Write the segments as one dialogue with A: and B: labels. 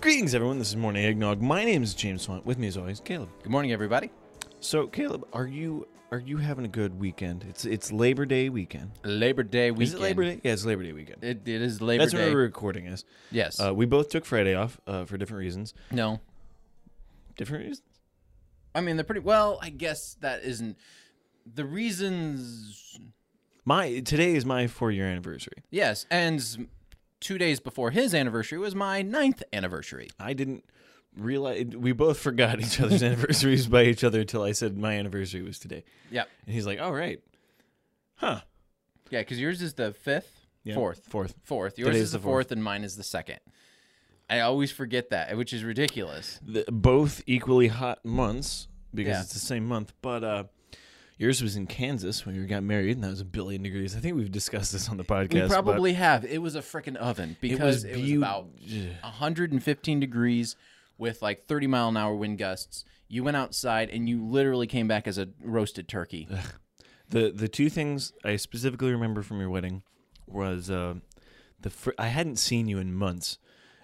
A: Greetings, everyone. This is Morning Eggnog. My name is James Swant. With me, as always, Caleb.
B: Good morning, everybody.
A: So, Caleb, are you are you having a good weekend? It's it's Labor Day weekend.
B: Labor Day weekend.
A: Is it Labor Day? Yeah, it's Labor Day weekend.
B: It, it is Labor
A: That's
B: Day.
A: when we're recording this.
B: yes.
A: Uh, we both took Friday off uh, for different reasons.
B: no.
A: Different reasons.
B: I mean, they're pretty. Well, I guess that isn't the reasons.
A: My today is my four year anniversary.
B: Yes, and s- two days before his anniversary was my ninth anniversary.
A: I didn't realize we both forgot each other's anniversaries by each other until I said my anniversary was today,
B: Yep.
A: and he's like, "All right, huh?
B: Yeah, because yours is the fifth,
A: Yeah,
B: fourth,
A: fourth.
B: fourth. Yours
A: Today's
B: is the
A: the
B: fourth.
A: fourth.
B: and mine is the second. I always forget that, which is ridiculous.
A: the, both equally hot months because
B: Yeah.
A: it's the same month. But uh, yours was in Kansas when you got married, and that was a billion degrees. I think we've discussed this on the podcast.
B: we
A: but
B: probably have. It was a freaking oven
A: it
B: because
A: was,
B: it was,
A: beau-
B: about 115 degrees with like 30 mile an hour wind gusts. You went outside and you literally came back as a roasted turkey.
A: the the two things I specifically remember from your wedding was uh, the fir- I hadn't seen you in months,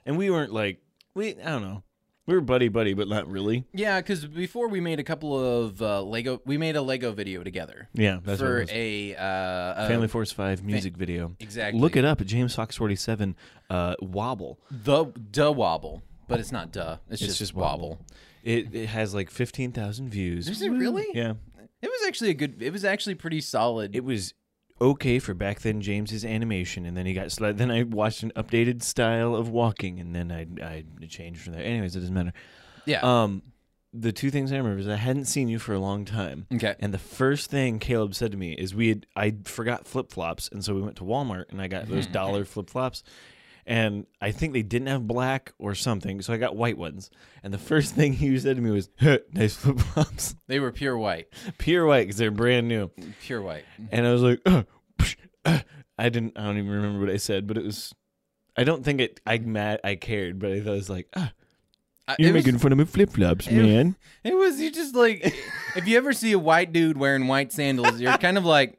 A: and we weren't like we I don't know we were buddy buddy, but not really.
B: Yeah, because before we made a couple of uh, Lego, we made a Lego video together
A: Yeah, that's what
B: for
A: it was.
B: a, uh, a
A: Family Force Five music video.
B: exactly.
A: Look it up at James Fox Forty Seven. Uh, wobble.
B: the duh wobble, but it's not duh. It's, just,
A: just
B: wobble.
A: wobble. It, it has like fifteen thousand views.
B: Is it really?
A: Yeah.
B: It was actually a good. It was actually pretty solid.
A: it was okay for back then James's animation, and then he got sli- then I watched an updated style of walking, and then I I changed from there. Anyways, it doesn't matter.
B: yeah.
A: Um, the two things I remember is I hadn't seen you for a long time,
B: okay.
A: and the first thing Caleb said to me is we had I forgot flip flops, and so we went to Walmart and I got those dollar flip flops. And I think they didn't have black or something, so I got white ones. And the first thing he said to me was, "Huh, "Nice flip flops,
B: They were pure white.
A: pure white, because they're brand new."
B: Pure white.
A: and I was like, "Uh, psh, uh." I didn't, I don't even remember what I said, but it was, I don't think it, I mad, I cared, but I thought it was like, ah,
B: I-
A: you're
B: it was-
A: making fun of my flip flops,
B: was-
A: man.
B: It was you just like if you ever see a white dude wearing white sandals, you're kind of like,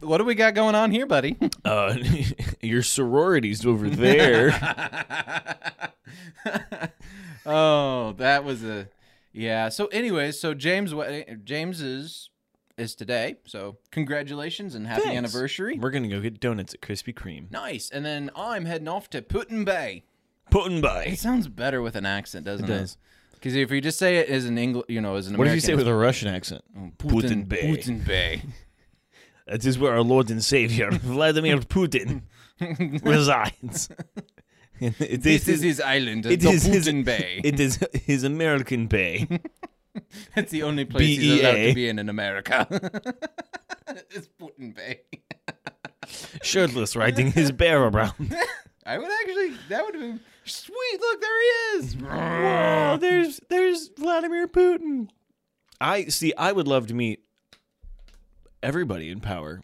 B: what do we got going on here, buddy?
A: Uh, your sorority's over there.
B: oh, that was a yeah. So, anyways, so James, wed- James is is today. So, congratulations and happy
A: Thanks.
B: anniversary.
A: We're gonna go get donuts at Krispy Kreme.
B: Nice. And then I'm heading off to Putin Bay.
A: Putin
B: It
A: by.
B: sounds better with an accent, doesn't it?
A: does.
B: Because if you just say it as an English, you know, as an
A: What if
B: American,
A: you say it with a Russian accent? Putin Bay.
B: Putin Bay.
A: That is where our Lord and Savior Vladimir Putin resides. It
B: This is his island,
A: it
B: the
A: is his-
B: Putin Bay.
A: It is his American bay.
B: That's the only place he's allowed
A: BEA.
B: to be in in America. it's Putin Bay.
A: Shirtless riding his bear around.
B: I would actually. That would have been sweet. Look, there he is.
A: Wow, there's there's Vladimir Putin. I see. I would love to meet everybody in power.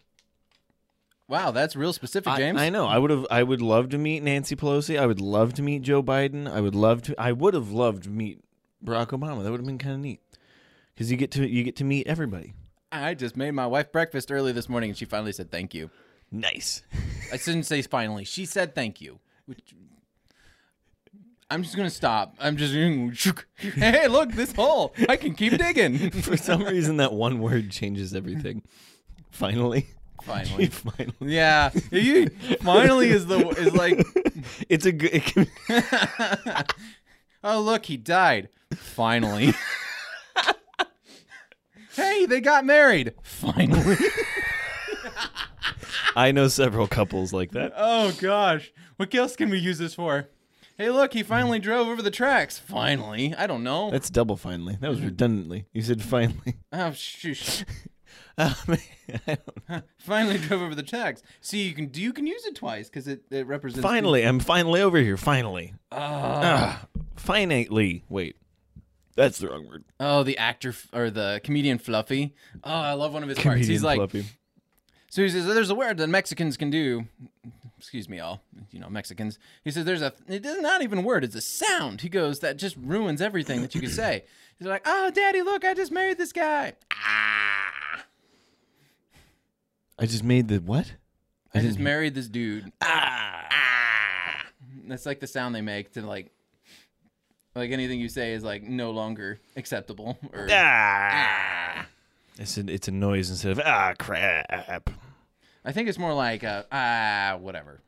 B: wow, that's real specific,
A: I-
B: James.
A: I, know. I would have. I would love to meet Nancy Pelosi. I would love to meet Joe Biden. I would love to. I would have loved to meet Barack Obama. That would have been kind of neat because you get to you get to meet everybody.
B: I just made my wife breakfast early this morning, and she finally said thank you.
A: Nice.
B: I didn't say finally. She said thank you. Which- I'm just gonna stop. I'm just. Hey, look, this hole. I can keep digging.
A: For some reason, that one word changes everything. Finally.
B: Finally.
A: Finally.
B: Yeah, you finally is the is like
A: It's a good. It can,
B: Oh, look, he died. Finally. hey, they got married. Finally.
A: I know several couples like that.
B: oh, gosh. What else can we use this for? Hey, look, he finally drove over the tracks. Finally. I don't know.
A: That's double finally. That was redundantly. You said finally.
B: Oh, shoosh.
A: Um, I don't know.
B: Finally drove over the tracks. See, you can do you can use it twice because it, it represents.
A: finally, I'm finally over here. Finally. Ah, finitely. Wait. That's the wrong word.
B: Oh, the actor f- or the comedian Fluffy. Oh, I love one of his parts. He's
A: Comedian
B: like,
A: Fluffy.
B: So he says, "There's a word that Mexicans can do." Excuse me, all you know, Mexicans. He says, "There's a. It is not even a word. It's a sound." He goes, "That just ruins everything that you could say." He's like, "Oh, daddy, look, I just married this guy. Ah,
A: I just made the what?
B: I just married this dude. Ah, ah." That's like the sound they make to like, like anything you say is like no longer acceptable. Or
A: Ah. It's a, it's a noise instead of ah crap.
B: I think it's more like uh, ah whatever.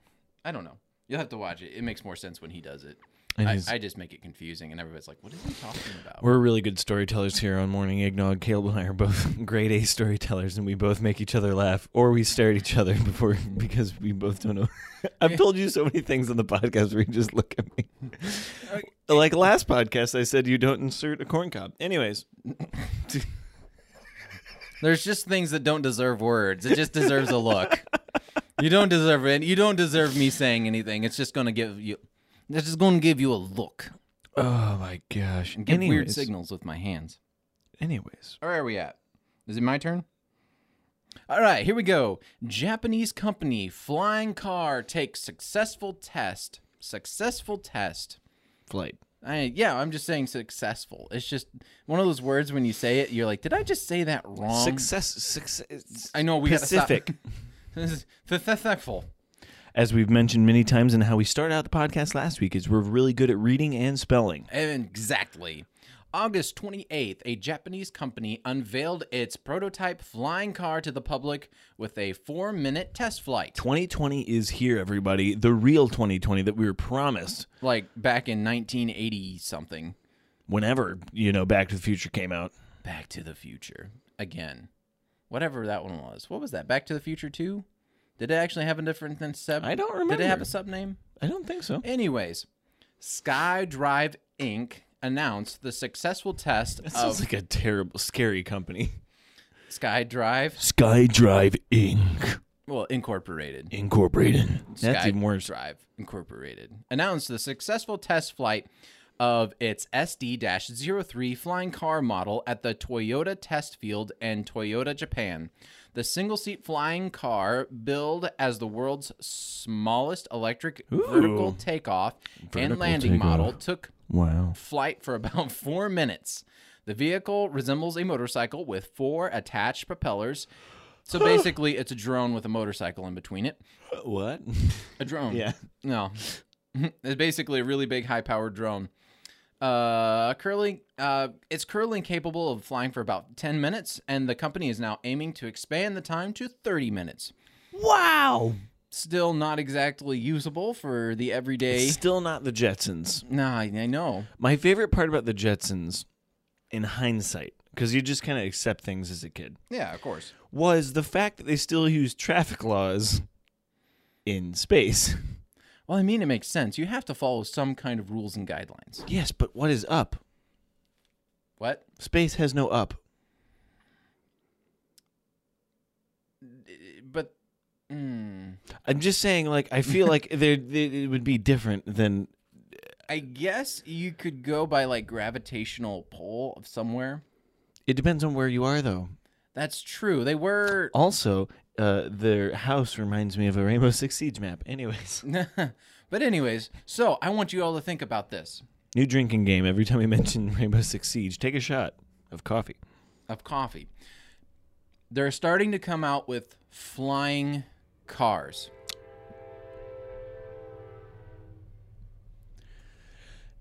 B: I don't know. You'll have to watch it. It makes more sense when he does it.
A: It
B: I,
A: is-
B: I just make it confusing, and everybody's like, "What is he talking about?"
A: We're really good storytellers here on Morning Eggnog. Caleb and I are both grade A storytellers, and we both make each other laugh, or we stare at each other before because we both don't know. I've told you so many things on the podcast where you just look at me. Like last podcast, I said you don't insert a corn cob. Anyways,
B: There's just things that don't deserve words. It just deserves a look. you don't deserve it. You don't deserve me saying anything. It's just gonna give you. It's just gonna give you a look.
A: oh my gosh,
B: Give weird
A: anyways,
B: signals with my hands.
A: anyways,
B: Where are we at? Is it my turn? All right, here we go. Japanese company flying car takes successful test. Successful test.
A: flight.
B: I, yeah, I'm just saying successful. It's just one of those words when you say it, you're like, did I just say that wrong?
A: Success, success.
B: I know we
A: Pacific.
B: gotta stop. Pacific.
A: As we've mentioned many times, and how we started out the podcast last week is we're really good at reading and spelling.
B: Exactly. August 28th, a Japanese company unveiled its prototype flying car to the public with a four minute test flight.
A: 2020 is here, everybody. The real 2020 that we were promised
B: Like back in 1980 something.
A: whenever, you know, Back to the Future came out.
B: Back to the Future. Again. Whatever that one was. What was that? Back to the Future 2? Did it actually have a different than sub?
A: I don't
B: Did it have
A: remember.
B: a sub name?
A: I don't think so.
B: Anyways, SkyDrive Inc. announced the successful test
A: This
B: of
A: is like a terrible, scary company.
B: SkyDrive,
A: SkyDrive Inc.
B: well, incorporated.
A: Incorporated. That's
B: Sky
A: even worse.
B: Drive Incorporated announced the successful test flight of its SD 03 flying car model at the Toyota Test Field in Toyota, Japan. The single seat flying car, billed as the world's smallest electric vertical takeoff
A: Vertical
B: and landing
A: takeoff.
B: model, took
A: Wow.
B: flight for about four minutes. The vehicle resembles a motorcycle with four attached propellers. So basically, it's a drone with a motorcycle in between it.
A: Uh, What?
B: A drone.
A: yeah.
B: No. it's basically a really big, high powered drone. Uh, curling. Uh, it's currently capable of flying for about ten minutes, and the company is now aiming to expand the time to thirty minutes.
A: Wow.
B: Still not exactly usable for the everyday.
A: Still not the Jetsons.
B: Nah, I I know.
A: My favorite part about the Jetsons, in hindsight, because you just kind of accept things as a kid,
B: Yeah, of course.
A: was the fact that they still use traffic laws in space.
B: Well, I mean, it makes sense. You have to follow some kind of rules and guidelines.
A: Yes, but what is up?
B: What?
A: Space has no up.
B: But. Mm,
A: I'm just saying, like, I feel like there there- it would be different than
B: I guess you could go by like gravitational pull of somewhere.
A: it depends on where you are, though.
B: That's true. They were
A: Also, uh, their house reminds me of a Rainbow Six Siege map. Anyways,
B: but anyways, so I want you all to think about this
A: new drinking game. Every time we mention Rainbow Six Siege, take a shot of coffee.
B: of coffee. They're starting to come out with flying cars.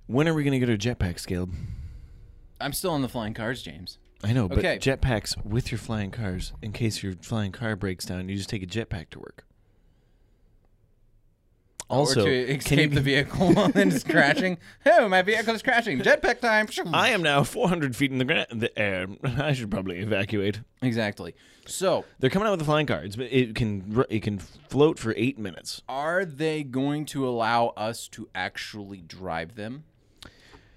A: When are we gonna go to jetpacks, Caleb?
B: I'm still on the flying cars, James.
A: I know, but
B: Okay.
A: jetpacks with your flying cars. In case your flying car breaks down, you just take a jetpack to work. Also,
B: or to
A: can
B: escape
A: you-
B: the vehicle while it's crashing. Oh, my vehicle's crashing. Jetpack time.
A: I am now 400 feet in the, gra- the air. I should probably evacuate.
B: Exactly. So,
A: They're coming out with a flying car. It's, it can r- it can float for eight minutes.
B: are they going to allow us to actually drive them?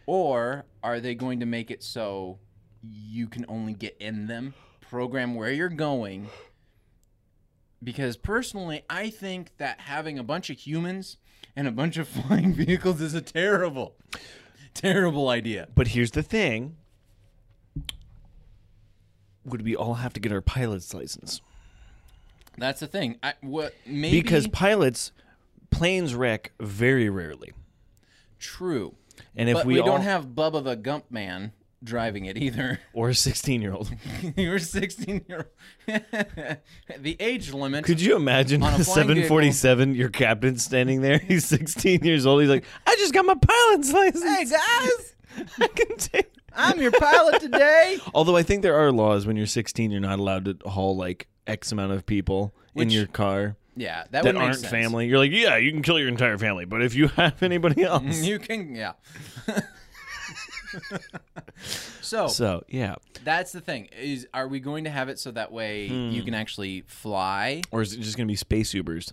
B: Or are they going to make it so you can only get in them, program where you're going? Because personally, I think that having a bunch of humans and a bunch of flying vehicles is a terrible, terrible idea.
A: But here's the thing: would we all have to get our pilot's license?
B: That's the thing. I, what maybe
A: Because pilots, planes wreck very rarely.
B: true,
A: And if
B: but
A: we,
B: we,
A: all,
B: don't have Bubba the Gump Man driving it either.
A: or a 16 year old.
B: you were 16 year old. the age limit.
A: Could you imagine
B: On a
A: a
B: flying vehicle.
A: 747, your captain standing there? He's 16 years old. He's like, I just got my pilot's license.
B: guys,
A: I can take.
B: I'm your pilot today.
A: Although I think there are laws when you're 16, you're not allowed to haul like X amount of people in
B: Which-
A: your car
B: Yeah, that, would
A: that
B: make
A: aren't
B: sense.
A: family. You're like, yeah, you can kill your entire family, but if you have anybody else.
B: You can, yeah. so,
A: so, yeah.
B: that's the thing is are we going to have it so that way you
A: Hmm.
B: can actually fly?
A: Or is it just going to be space Ubers?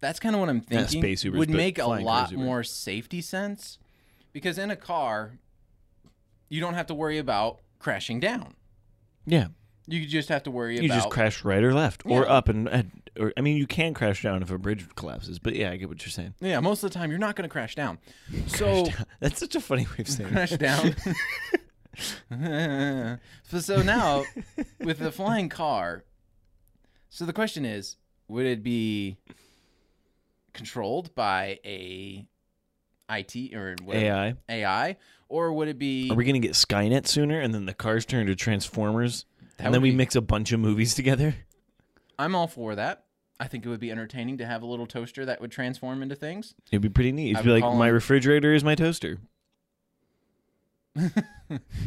B: That's kind of what I'm
A: Not
B: thinking.
A: space Ubers,
B: would
A: but
B: make a
A: flying cars
B: lot
A: Uber.
B: more safety sense because in a car you don't have to worry about crashing down.
A: Yeah.
B: You just have to worry
A: You
B: about
A: just crash right or left or
B: Yeah.
A: up and, and- or I mean you can crash down if a bridge collapses, but yeah, I get what you're saying.
B: Yeah, most of the time you're not going to crash down. So
A: That's such a funny way of saying it.
B: crash down. so, so now with the flying car, so the question is, would it be controlled by a IT or whatever,
A: AI.
B: AI, or would it be
A: Are we going to get Skynet sooner and then the cars turn into Transformers
B: That
A: and then
B: would
A: we
B: be-
A: mix a bunch of movies together?
B: I'm all for that. I think it would be entertaining to have a little toaster that would transform into things.
A: It'd be pretty neat.
B: I
A: It'd be
B: would
A: like
B: call
A: my
B: him-
A: refrigerator is my toaster.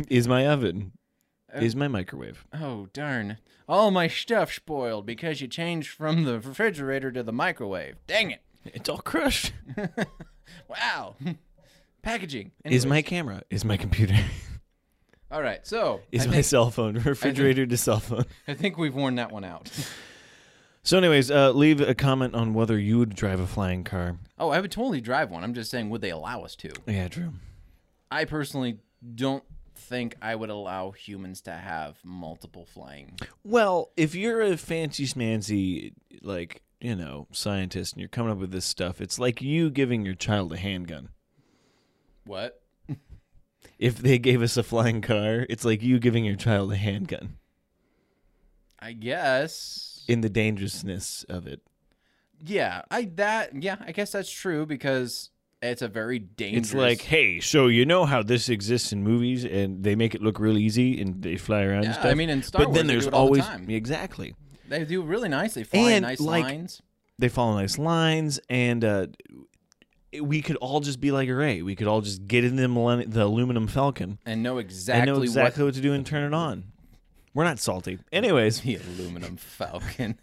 A: is my oven.
B: Uh,
A: is my microwave.
B: Oh, darn. All my stuff spoiled because you changed from the refrigerator to the microwave. Dang it.
A: It's all crushed.
B: Wow. Packaging.
A: Is my
B: Anyways.
A: camera. Is my computer.
B: All right. So,
A: Is
B: I,
A: my
B: think,
A: cell phone. Refrigerator to cell phone.
B: I think we've worn that one out.
A: So anyways, uh, leave a comment on whether you would drive a flying car.
B: Oh, I would totally drive one. I'm just saying would they allow us to?
A: Yeah, true.
B: I personally don't think I would allow humans to have multiple flying.
A: Well, if you're a fancy smancy, like, you know, scientist and you're coming up with this stuff, it's like you giving your child a handgun.
B: What?
A: If they gave us a flying car, it's like you giving your child a handgun
B: I guess.
A: in the dangerousness of it.
B: Yeah, I that yeah, I guess that's true because it's a very dangerous
A: It's like, hey, so you know how this exists in movies and they make it look real easy and they fly around and
B: Yeah,
A: stuff.
B: I mean in Star
A: but
B: Wars
A: then
B: they do
A: there's
B: it all the
A: always
B: time.
A: exactly.
B: They do really nice. They fly
A: And,
B: nice
A: like-
B: lines.
A: they follow nice lines and uh, we could all just be like array we could all just get in the, millenni- the aluminum falcon
B: and know exactly,
A: and know exactly
B: what
A: what to do and turn it on we're not salty anyways
B: the aluminum falcon.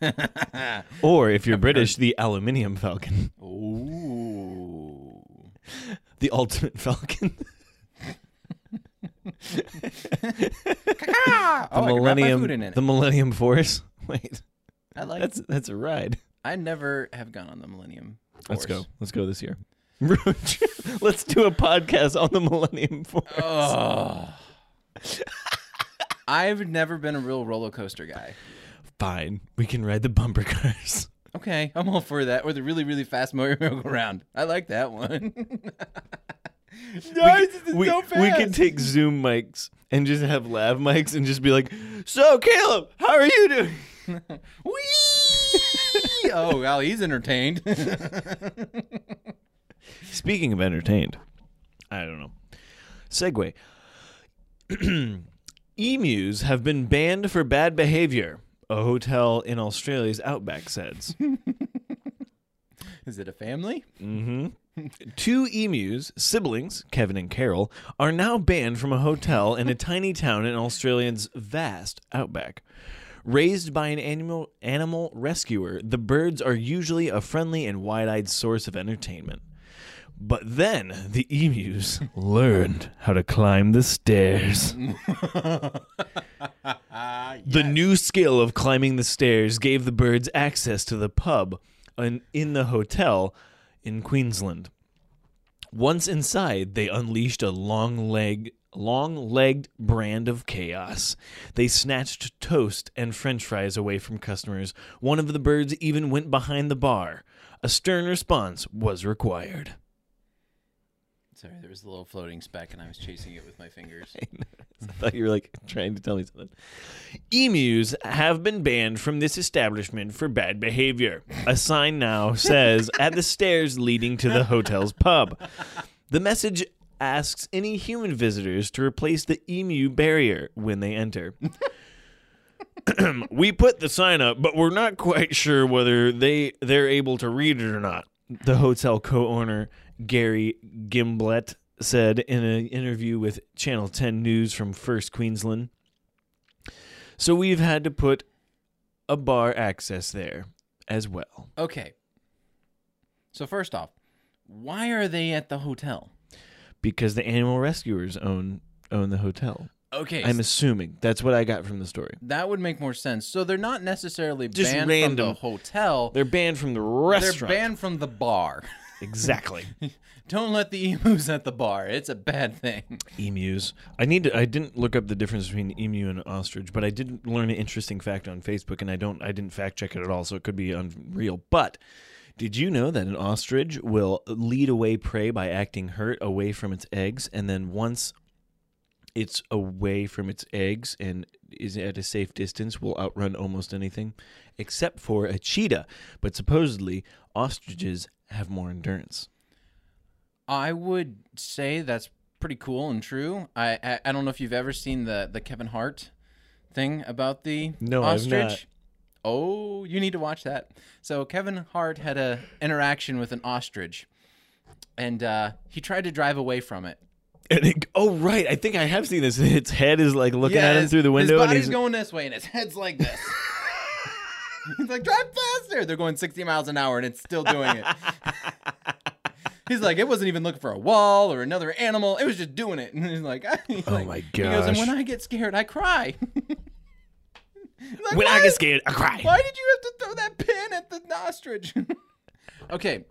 A: or if you're british the aluminium falcon
B: Ooh.
A: the ultimate falcon
B: Ah!
A: the
B: oh, I could wrap my food in
A: millennium
B: it.
A: the millennium force wait
B: I like.
A: that's that's a ride
B: I never have gone on the Millennium.
A: let's go
B: Force.
A: let's go this year Road trip. let's do a podcast on the millennium force
B: Ugh. I've never been a real roller coaster guy.
A: fine we can ride the bumper cars
B: Okay, I'm all for that. Or the really, really fast merry-go-round. I like that one. Guys, this is
A: we,
B: so
A: we could
B: fast.
A: take Zoom mics and just have lav mics and just be like, "So Caleb, how are you doing?"
B: Whee! oh, well, he's entertained.
A: Speaking of entertained, I don't know. Segue. Emus E have been banned for bad behavior. A hotel in Australia's outback says.
B: is it a family?
A: Two emus, siblings, Kevin and Carol, are now banned from a hotel in a tiny town in Australia's vast outback. Raised by an animal, animal rescuer, the birds are usually a friendly and wide eyed source of entertainment. But then the emus learned how to climb the stairs. The new skill of climbing the stairs gave the birds access to the pub and in the hotel in Queensland. Once inside, they unleashed a long leg long-legged brand of chaos. They snatched toast and french fries away from customers. One of the birds even went behind the bar. A stern response was required.
B: Sorry, there was a little floating speck, and I was chasing it with my fingers.
A: I thought you were like trying to tell me something. Emus have been banned from this establishment for bad behavior. A sign now says at the stairs leading to the hotel's pub. The message asks any human visitors to replace the emu barrier when they enter. we put the sign up, but we're not quite sure whether they they're able to read it or not. The hotel co-owner Gary Gimblett said in an interview with Channel 10 News from First Queensland. So we've had to put a bar access there as well.
B: Okay. So first off, why are they at the hotel?
A: because the animal rescuers own own the hotel.
B: Okay.
A: I'm assuming that's what I got from the story.
B: that would make more sense. So they're not necessarily
A: Just
B: banned from the
A: random.
B: hotel.
A: They're banned from the restaurant.
B: They're banned from the bar.
A: exactly.
B: Don't let the emus at the bar. It's a bad thing.
A: Emus. I need to. I didn't look up the difference between emu and ostrich, but I did learn an interesting fact on Facebook, and I don't. I didn't fact check it at all, so it could be unreal. But did you know that an ostrich will lead away prey by acting hurt away from its eggs, and then once it's away from its eggs and is at a safe distance, will outrun almost anything, except for a cheetah. But supposedly, ostriches have more endurance.
B: I would say that's pretty cool and true. I I, I don't know if you've ever seen the the Kevin Hart thing about the
A: No, I've
B: ostrich.
A: not.
B: Oh, you need to watch that. So Kevin Hart had a interaction with an ostrich, and uh, he tried to drive away from it.
A: And it, oh right, I think I have seen this. Its head is like looking at him
B: his-
A: through the window,
B: His
A: and
B: body's
A: he's
B: going this way, and his head's like this. he's like, drive faster. They're going 60 miles an hour, and it's still doing it. he's like, it wasn't even looking for a wall or another animal. It was just doing it. And he's like, he's like-
A: Oh my
B: He goes, and when
A: gosh.
B: I get scared, I cry. He's like,
A: when I
B: "Why-
A: get scared, I cry.
B: why did you have to throw that pin at the ostrich? okay.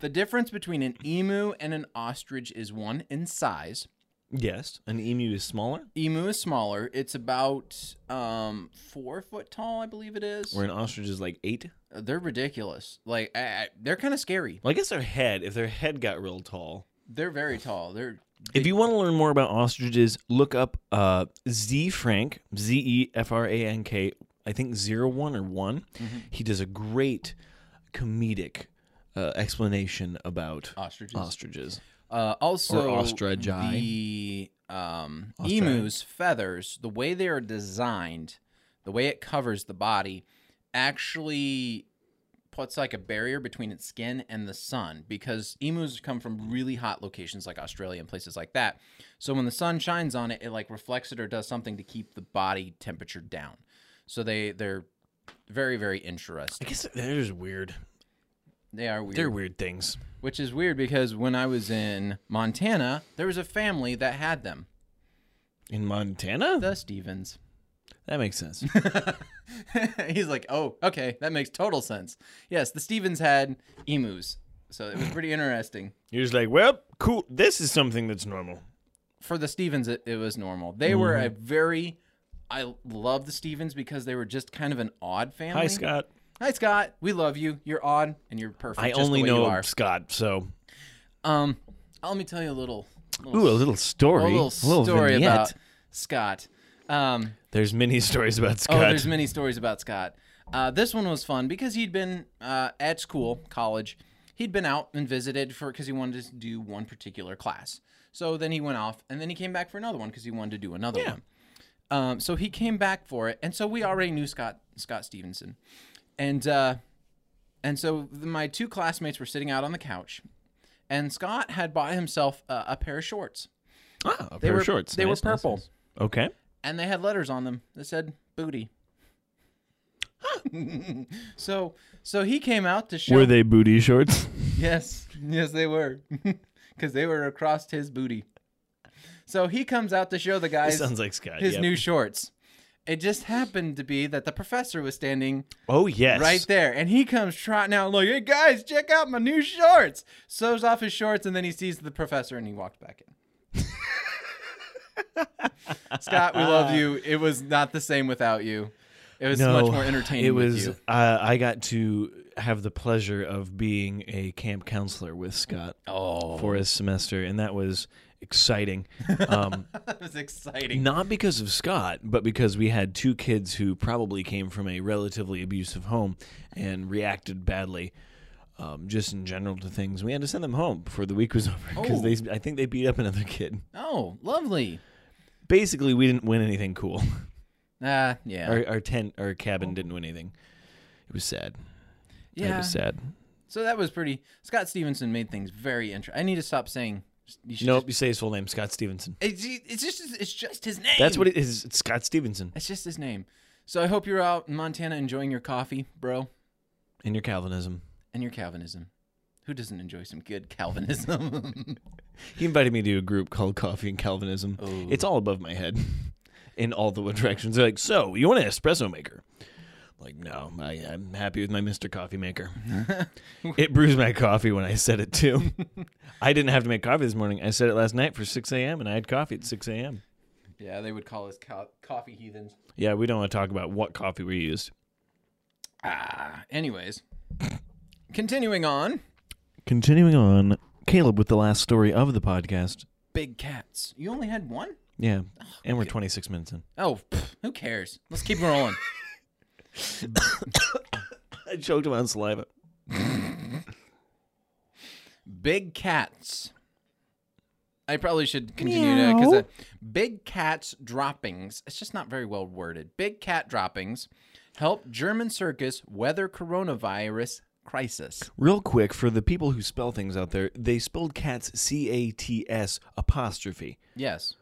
B: the difference between an emu and an ostrich is one in size.
A: Yes, an emu is smaller,
B: Emu is smaller. It's about um four foot tall, I believe it is.
A: where an ostrich is like eight.
B: They're ridiculous. Like I, I, they're kind of scary.
A: Well, I guess their head, if their head got real tall.
B: They're very tall. They're
A: If you want to learn more about ostriches, look up uh, Z Frank, Z E F R A N K, I think zero one or one.
B: Mm-hmm.
A: He does a great comedic uh, explanation about
B: ostriches.
A: ostriches.
B: Uh, also,
A: Or ostrichi.
B: the um,
A: Ostri-
B: emu's feathers, the way they are designed, the way it covers the body, actually puts like a barrier between its skin and the sun because emus come from really hot locations like Australia and places like that. So when the sun shines on it, it like reflects it or does something to keep the body temperature down. So they they're very very
A: I
B: interesting.
A: guess they're just weird.
B: They are weird.
A: They're weird things.
B: Which is weird because when I was in Montana, there was a family that had them,
A: In Montana?
B: the Stevens.
A: That makes sense.
B: He's like, oh, okay, that makes total sense. Yes, the Stevens had emus, so it was pretty interesting.
A: You're just like, well, cool. This is something that's normal.
B: For the Stevens, it, it was normal. They were a
A: Mm-hmm.
B: very, I love the Stevens because they were just kind of an odd family.
A: Hi, Scott.
B: Hi, Scott. We love you. You're odd and you're perfect.
A: I
B: just the
A: only
B: way you
A: know
B: are.
A: Scott, so
B: Um, let me tell you a little,
A: ooh, a little story,
B: a little story
A: vignette.
B: about Scott. Um,
A: There's many stories about
B: Oh,
A: Scott.
B: there's many stories about Scott. Uh, this one was fun because he'd been uh, at school, college. He'd been out and visited for because he wanted to do one particular class. So then he went off, and then he came back for another one because he wanted to do another one. Um, so he came back for it, and so we already knew Scott Scott Stevenson, and uh, and so the, my two classmates were sitting out on the couch, and Scott had bought himself a, a pair of shorts.
A: ah, a
B: They
A: pair
B: were
A: of shorts.
B: They
A: Nice,
B: were
A: nice,
B: purple,
A: nice. Okay.
B: and they had letters on them that said booty. so so he came out to show
A: Were they booty shorts?
B: Yes, yes, they were, because they were across his booty. So he comes out to show the guys
A: Sounds like Scott.
B: his
A: yeah.
B: new shorts. It just happened to be that the professor was standing
A: oh yes.
B: right there, and he comes trotting out like, "Hey guys, check out my new shorts!" Sews off his shorts, and then he sees the professor, and he walked back in. Scott, we love you. It was not the same without you. It was
A: No,
B: much more entertaining.
A: It
B: with
A: was.
B: you.
A: Uh, I got to have the pleasure of being a camp counselor with Scott
B: Oh,
A: for a semester, and that was exciting. Um,
B: that was exciting.
A: Not because of Scott, but because we had two kids who probably came from a relatively abusive home and reacted badly um, just in general to things. We had to send them home before the week was over because
B: Oh.
A: they I think they beat up another kid.
B: Oh, lovely.
A: Basically, we didn't win anything cool.
B: Ah, yeah.
A: our, our tent, our cabin didn't win anything. It was sad. It
B: yeah.
A: was sad.
B: So that was pretty. Scott Stevenson made things very interesting. I need to stop saying. You should
A: Nope, you say his full name, Scott Stevenson.
B: Just, it's, it's just it's just his name.
A: That's what it is. It's Scott Stevenson
B: It's just his name. So I hope you're out in Montana enjoying your coffee, bro,
A: in your Calvinism.
B: and your Calvinism. Who doesn't enjoy some good Calvinism?
A: He invited me to a group called Coffee and Calvinism.
B: Oh.
A: It's all above my head in all the directions. They're like, so you want an espresso maker? I'm like, no, I, I'm happy with my Mr. Coffee Maker. it brews my coffee when I set it to. I didn't have to make coffee this morning. I set it last night for 6 a.m. and I had coffee at 6 a.m.
B: yeah, they would call us co- coffee heathens.
A: Yeah, we don't want to talk about what coffee we used.
B: Ah. Anyways, continuing on.
A: Continuing on, Caleb with the last story of the podcast. Oh,
B: Big cats. You only had one?
A: Yeah, and we're 26 minutes in.
B: Oh, pff, who cares? Let's keep rolling.
A: I choked him on saliva.
B: Big cats. I probably should continue to because
A: Meow.
B: uh, big cats droppings. It's just not very well worded. Big cat droppings help German circus weather coronavirus crisis.
A: Real quick, for the people who spell things out there, they spelled cats C A T S apostrophe.
B: Yes,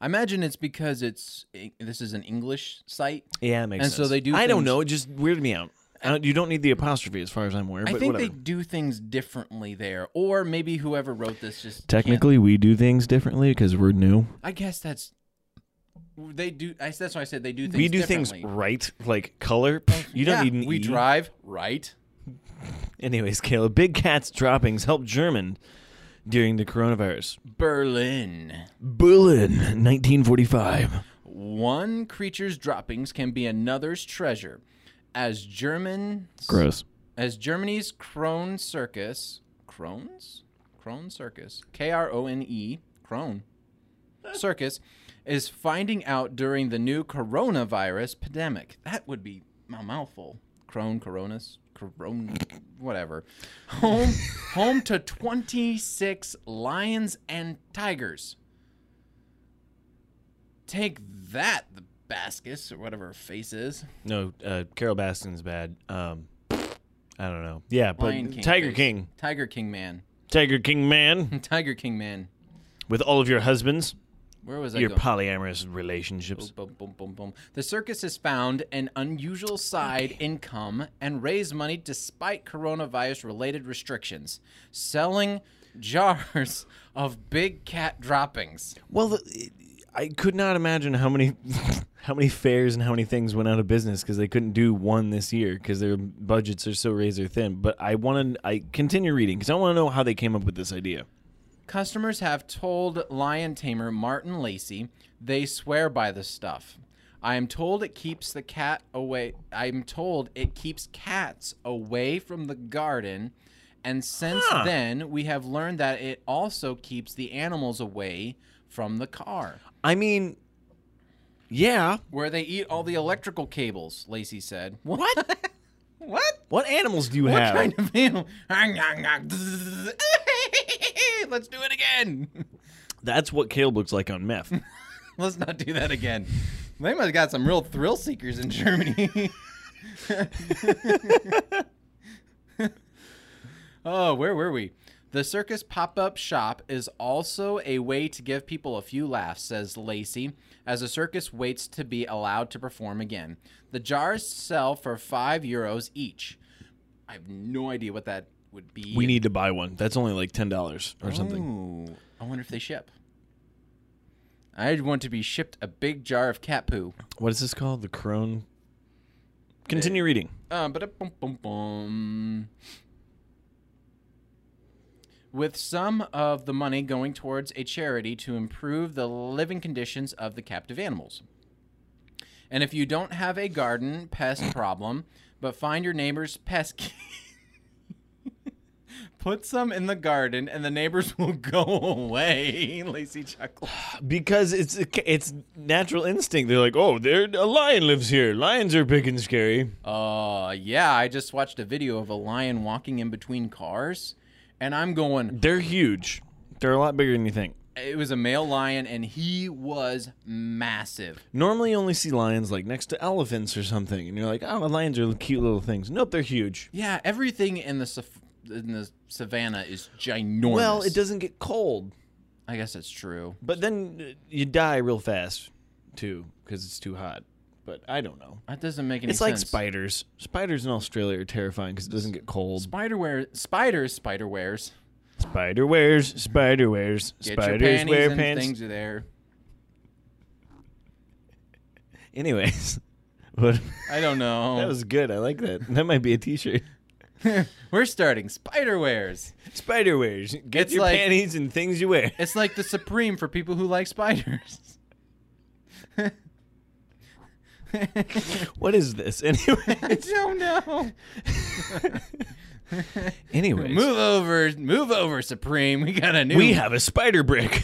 B: I imagine it's because it's eh, this is an English site.
A: Yeah, it makes
B: And
A: sense.
B: so they do
A: I don't
B: things-
A: know. It just weirded me out. I don't, you don't need the apostrophe, as far as I'm aware.
B: I
A: but
B: think
A: whatever.
B: they do things differently there, or maybe whoever wrote this just can't-
A: Technically, we do things differently because we're new.
B: I guess that's they do. I, that's why I said they do. things
A: we do things
B: differently.
A: right, like color. Pff, you
B: Yeah,
A: don't need an
B: we
A: E.
B: drive right.
A: Anyways, Caleb, big cats droppings help German during the coronavirus.
B: Berlin.
A: Berlin, 1945.
B: One creature's droppings can be another's treasure. As German
A: Gross.
B: as Germany's Krone Circus, Krones? Krone Circus, K R O N E, Krone Circus is finding out during the new coronavirus pandemic. That would be a mouthful. Krone, Coronas, Corona, whatever. Home, home to 26 lions and tigers. Take that, the Bascus, or whatever her face is.
A: No, uh, Carol Baskin's bad. Um, I don't know. Yeah, but
B: Lion King Hmm.
A: Tiger
B: face.
A: King,
B: Tiger King Man.
A: Tiger King man,
B: Tiger King Man.
A: with all of your husbands,
B: Where was I
A: your
B: going?
A: polyamorous relationships.
B: Boom, boom, boom, boom. The circus has found an unusual side income and raised money despite coronavirus related restrictions, selling jars of big cat droppings.
A: Well, the, I could not imagine how many how many fairs and how many things went out of business because they couldn't do one this year because their budgets are so razor thin. But I want to I continue reading because I want to know how they came up with this idea.
B: Customers have told lion tamer Martin Lacey they swear by the stuff. I am told it keeps the cat away. I'm told it keeps cats away from the garden. And since
A: Huh.
B: then, we have learned that it also keeps the animals away from the car,
A: I mean, yeah,
B: where they eat all the electrical cables, Lacey said. What? what?
A: what animals do you
B: What
A: have?
B: kind of animal? Let's do it again.
A: That's what Caleb looks like on meth.
B: Let's not do that again. They must have got some real thrill seekers in Germany. oh, where were we? The circus pop up shop is also a way to give people a few laughs, says Lacey, as the circus waits to be allowed to perform again. The jars sell for five euros each. I have no idea what that would be.
A: We need to buy one. That's only like ten dollars or something.
B: Ooh, Oh, I wonder if they ship. I'd want to be shipped a big jar of cat poo.
A: What is this called? The Crone. Continue reading.
B: Uh, but bum bum bum. With some of the money going towards a charity to improve the living conditions of the captive animals. And if you don't have a garden pest problem, but find your neighbor's pesky Put some in the garden, and the neighbors will go away. Lacey chuckled.
A: because it's it's natural instinct. They're like, oh, there a lion lives here. Lions are big and scary.
B: Uh, yeah, I just watched a video of a lion walking in between cars, and I'm going,
A: They're huge. They're a lot bigger than you think.
B: it was a male lion, and he was massive.
A: Normally, you only see lions like next to elephants or something, and you're like, oh, lions are cute little things. Nope, they're huge.
B: Yeah, everything in the saf- in the savannah is ginormous.
A: Well, it doesn't get cold,
B: I guess that's true.
A: but then uh, you die real fast too because it's too hot. But I don't know.
B: That doesn't make any
A: It's like
B: sense.
A: spiders. Spiders in Australia are terrifying because it doesn't get cold.
B: Spiderware, spiders, spiderwares.
A: Spider wears, spider wears,
B: Get
A: spiders
B: your panties
A: wear
B: and
A: pants.
B: things are there.
A: Anyways, but
B: I don't know.
A: that was good. I like that. That might be a T-shirt.
B: We're starting spiderwares.
A: Spider wears. Get
B: It's
A: your
B: like-
A: panties and things you wear.
B: It's like the supreme for people who like spiders. I
A: What is this anyway?
B: don't know.
A: Anyways,
B: Move over, move over, Supreme. We got a new.
A: we have a spider brick.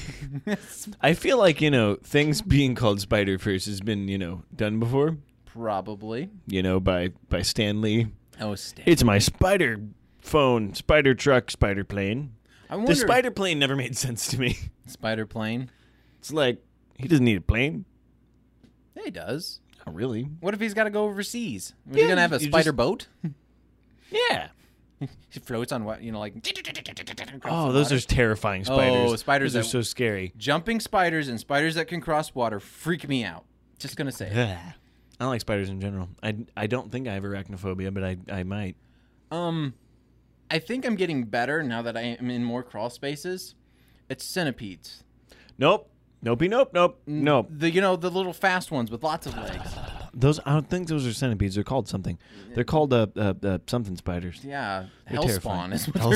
A: I feel like you know things being called spider first has been you know done before.
B: probably.
A: You know by by Stan Lee.
B: Oh, Stan.
A: It's my spider phone, spider truck, spider plane.
B: I wonder.
A: The spider plane never made sense to me.
B: spider plane.
A: It's like he doesn't need a plane.
B: Yeah, he does.
A: Not really.
B: What if he's got to go overseas? Is he
A: Yeah,
B: gonna have a
A: you
B: spider
A: just-
B: boat?
A: Yeah.
B: He floats on what you know, like
A: Oh, those are terrifying spiders.
B: Oh, spiders
A: Those are
B: that-
A: so scary.
B: jumping spiders and spiders that can cross water. Freak me out. Just gonna say. it.
A: Ugh. I like spiders in general. I, I don't think I have arachnophobia, but I, I might.
B: Um, I think I'm getting better now that I am in more crawl spaces. It's centipedes.
A: Nope. Nopey, nope, nope, nope.
B: The you know the little fast ones with lots of legs.
A: Those I don't think those are centipedes. They're called something. They're called uh, uh, uh something spiders.
B: Yeah,
A: terrifying.
B: hellspawn is what
A: Hellspawn.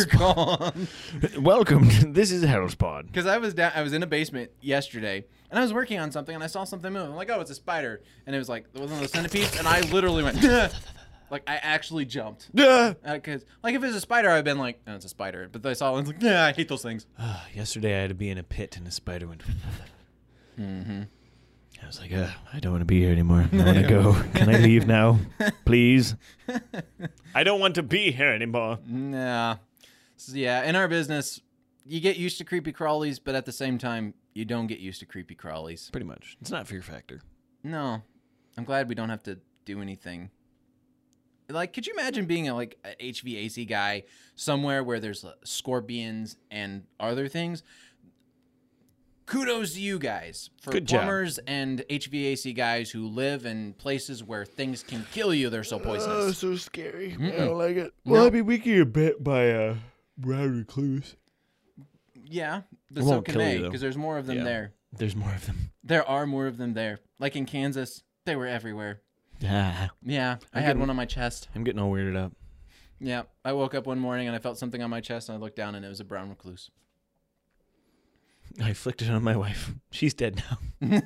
B: they're called.
A: Welcome. to- this is Hellspawn.
B: Because I was down, I was in a basement yesterday, and I was working on something, and I saw something move. I'm like, oh, it's a spider, and it was like one of those centipedes, and I literally went, like I actually jumped.
A: Ah!
B: Because like if it was a spider, I've been like, oh, it's a spider. But then I saw one, it's like, yeah, I hate those things.
A: Ah, yesterday I had to be in a pit and a spider went.
C: Mm-hmm.
A: I was like, uh, I don't want to be here anymore. I want to go. Can I leave now, please? I don't want to be here anymore.
B: Nah. So, yeah, in our business, you get used to creepy crawlies, but at the same time, you don't get used to creepy crawlies.
A: Pretty much. It's not fear factor.
B: No, I'm glad we don't have to do anything. Like, could you imagine being a, like an HVAC guy somewhere where there's uh, scorpions and other things? Kudos to you guys for
A: Good job.
B: plumbers and HVAC guys who live in places where things can kill you. They're so
A: Uh,
C: Oh,
B: poisonous.
C: so scary. I don't like it. Well,
B: Well, No. I
C: I mean, we can get bit by a rowdy clues.
B: yeah, but so
A: won't
B: can
A: kill you,
B: they
A: though.
B: because there's more of them
A: Yeah.
B: there.
A: There's more of them.
B: There are more of them there. Like in Kansas, they were everywhere.
A: Ah,
B: Yeah, I had one on my chest.
A: I'm getting all weirded up.
B: Yeah, I woke up one morning and I felt something on my chest, and I looked down and it was a brown recluse.
A: I flicked it on my wife. She's dead now.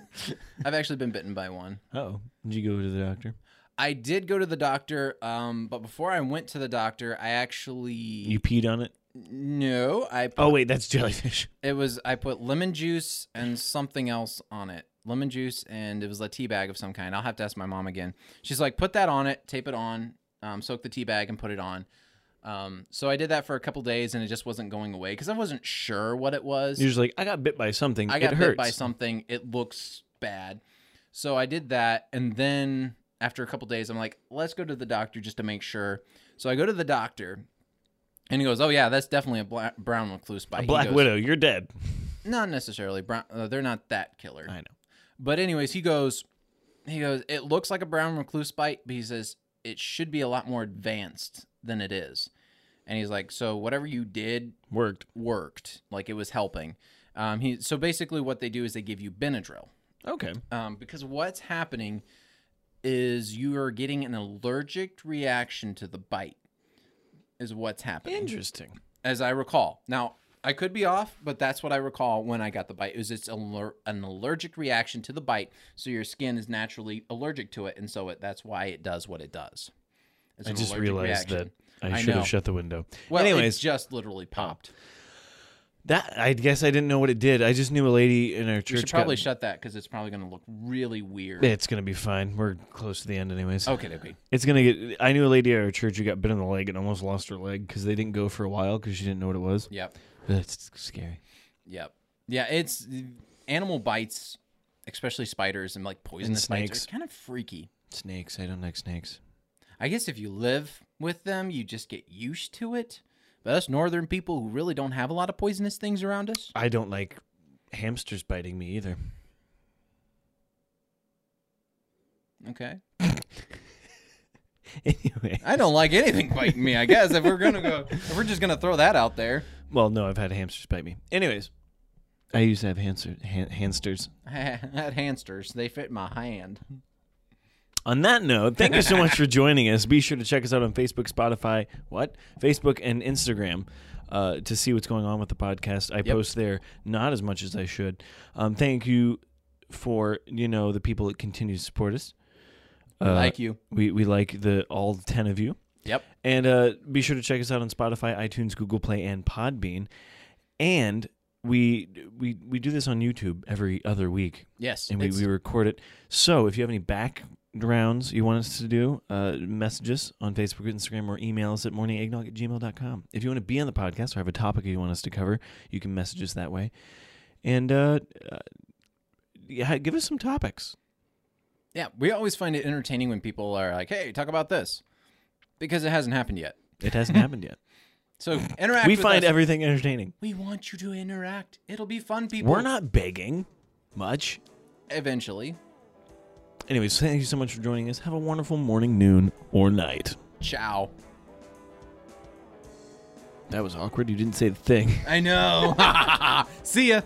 B: I've actually been bitten by one.
A: Oh, did you go to the doctor?
B: I did go to the doctor, um, but before I went to the doctor, I actually
A: You peed on it?
B: no, I put,
A: Oh wait, that's jellyfish.
B: it was I put lemon juice and something else on it. Lemon juice and it was a tea bag of some kind. I'll have to ask my mom again. She's like, put that on it, tape it on, um, soak the tea bag and put it on. Um, so I did that for a couple days and it just wasn't going away because I wasn't sure what it was.
A: You're just like, I got bit by something.
B: I got
A: it hurts.
B: bit by something. It looks bad. So I did that. And then after a couple days, I'm like, let's go to the doctor just to make sure. So I go to the doctor and he goes, oh, yeah, that's definitely a bla- brown recluse bite.
A: A
B: He
A: black
B: goes,
A: widow. You're dead.
B: Not necessarily. Brown, uh, they're not that killer.
A: I know.
B: But, anyways, he goes, he goes, it looks like a brown recluse bite, but he says it should be a lot more advanced than it is. And he's like, so whatever you did
A: Worked.
B: worked, like it was helping. Um, he, so basically, what they do is they give you Benadryl
A: Okay.
B: um, because what's happening is you are getting an allergic reaction to the bite is what's happening
A: Interesting.
B: as i recall now i could be off but that's what i recall when i got the bite is it's aller- an allergic reaction to the bite so your skin is naturally allergic to it and so it, that's why it does what it does it's
A: I
B: an
A: just
B: allergic
A: realized
B: reaction.
A: I,
B: I
A: should
B: know.
A: have shut the window.
B: Well,
A: Anyways, oh,
B: it just literally popped.
A: that I guess I didn't know what it did. I just knew a lady in our
B: We
A: church.
B: should probably
A: got-
B: shut that because it's probably going to look really weird.
A: It's gonna be fine. We're close to the end, anyways.
B: Okay, okay.
A: It's gonna get. I knew a lady at our church who got bit in the leg and almost lost her leg because they didn't go for a while because she didn't know what it was.
B: Yep,
A: That's scary.
B: yep, yeah. It's animal bites, especially spiders and like poisonous bites,
A: snakes.
B: are kind of freaky.
A: Snakes. I don't like snakes.
B: I guess if you live with them, you just get used to it. But us northern people who really don't have a lot of poisonous things around us,
A: I don't like hamsters biting me either.
B: okay.
A: anyway,
B: I don't like anything biting me. I guess if we're gonna go, if we're just gonna throw that out there.
A: well, no, I've had hamsters bite me. Anyways, I used to have hamster, ha- hamsters.
B: I had hamsters. They fit my hand.
A: On that note, thank you so much for joining us. Be sure to check us out on Facebook, Spotify, what? Facebook and Instagram uh, to see what's going on with the podcast. I post there not as much as I should. Um, thank you for, you know, the people that continue to support us. Uh,
B: like you.
A: We, we like the all 10 of you.
B: Yep.
A: And uh, be sure to check us out on Spotify, iTunes, Google Play, and Podbean. And we we we do this on YouTube every other week,
B: Yes.
A: and we,
B: it's-
A: we record it. So if you have any backgrounds you want us to do, uh, message us on Facebook, Instagram, or email us at morningeggnog at gmail.com. If you want to be on the podcast or have a topic you want us to cover, you can message us that way. And uh, uh, yeah, give us some topics.
B: yeah, we always find it entertaining when people are like, "Hey, talk about this," because it hasn't happened yet.
A: It hasn't happened yet.
B: So interact.
A: we
B: with
A: find
B: us.
A: everything entertaining.
B: we want you to interact. It'll be fun, people.
A: We're not begging much.
B: eventually.
A: Anyways, thank you so much for joining us. Have a wonderful morning, noon, or night.
B: Ciao.
A: That was awkward. You didn't say the thing.
B: I know. See ya.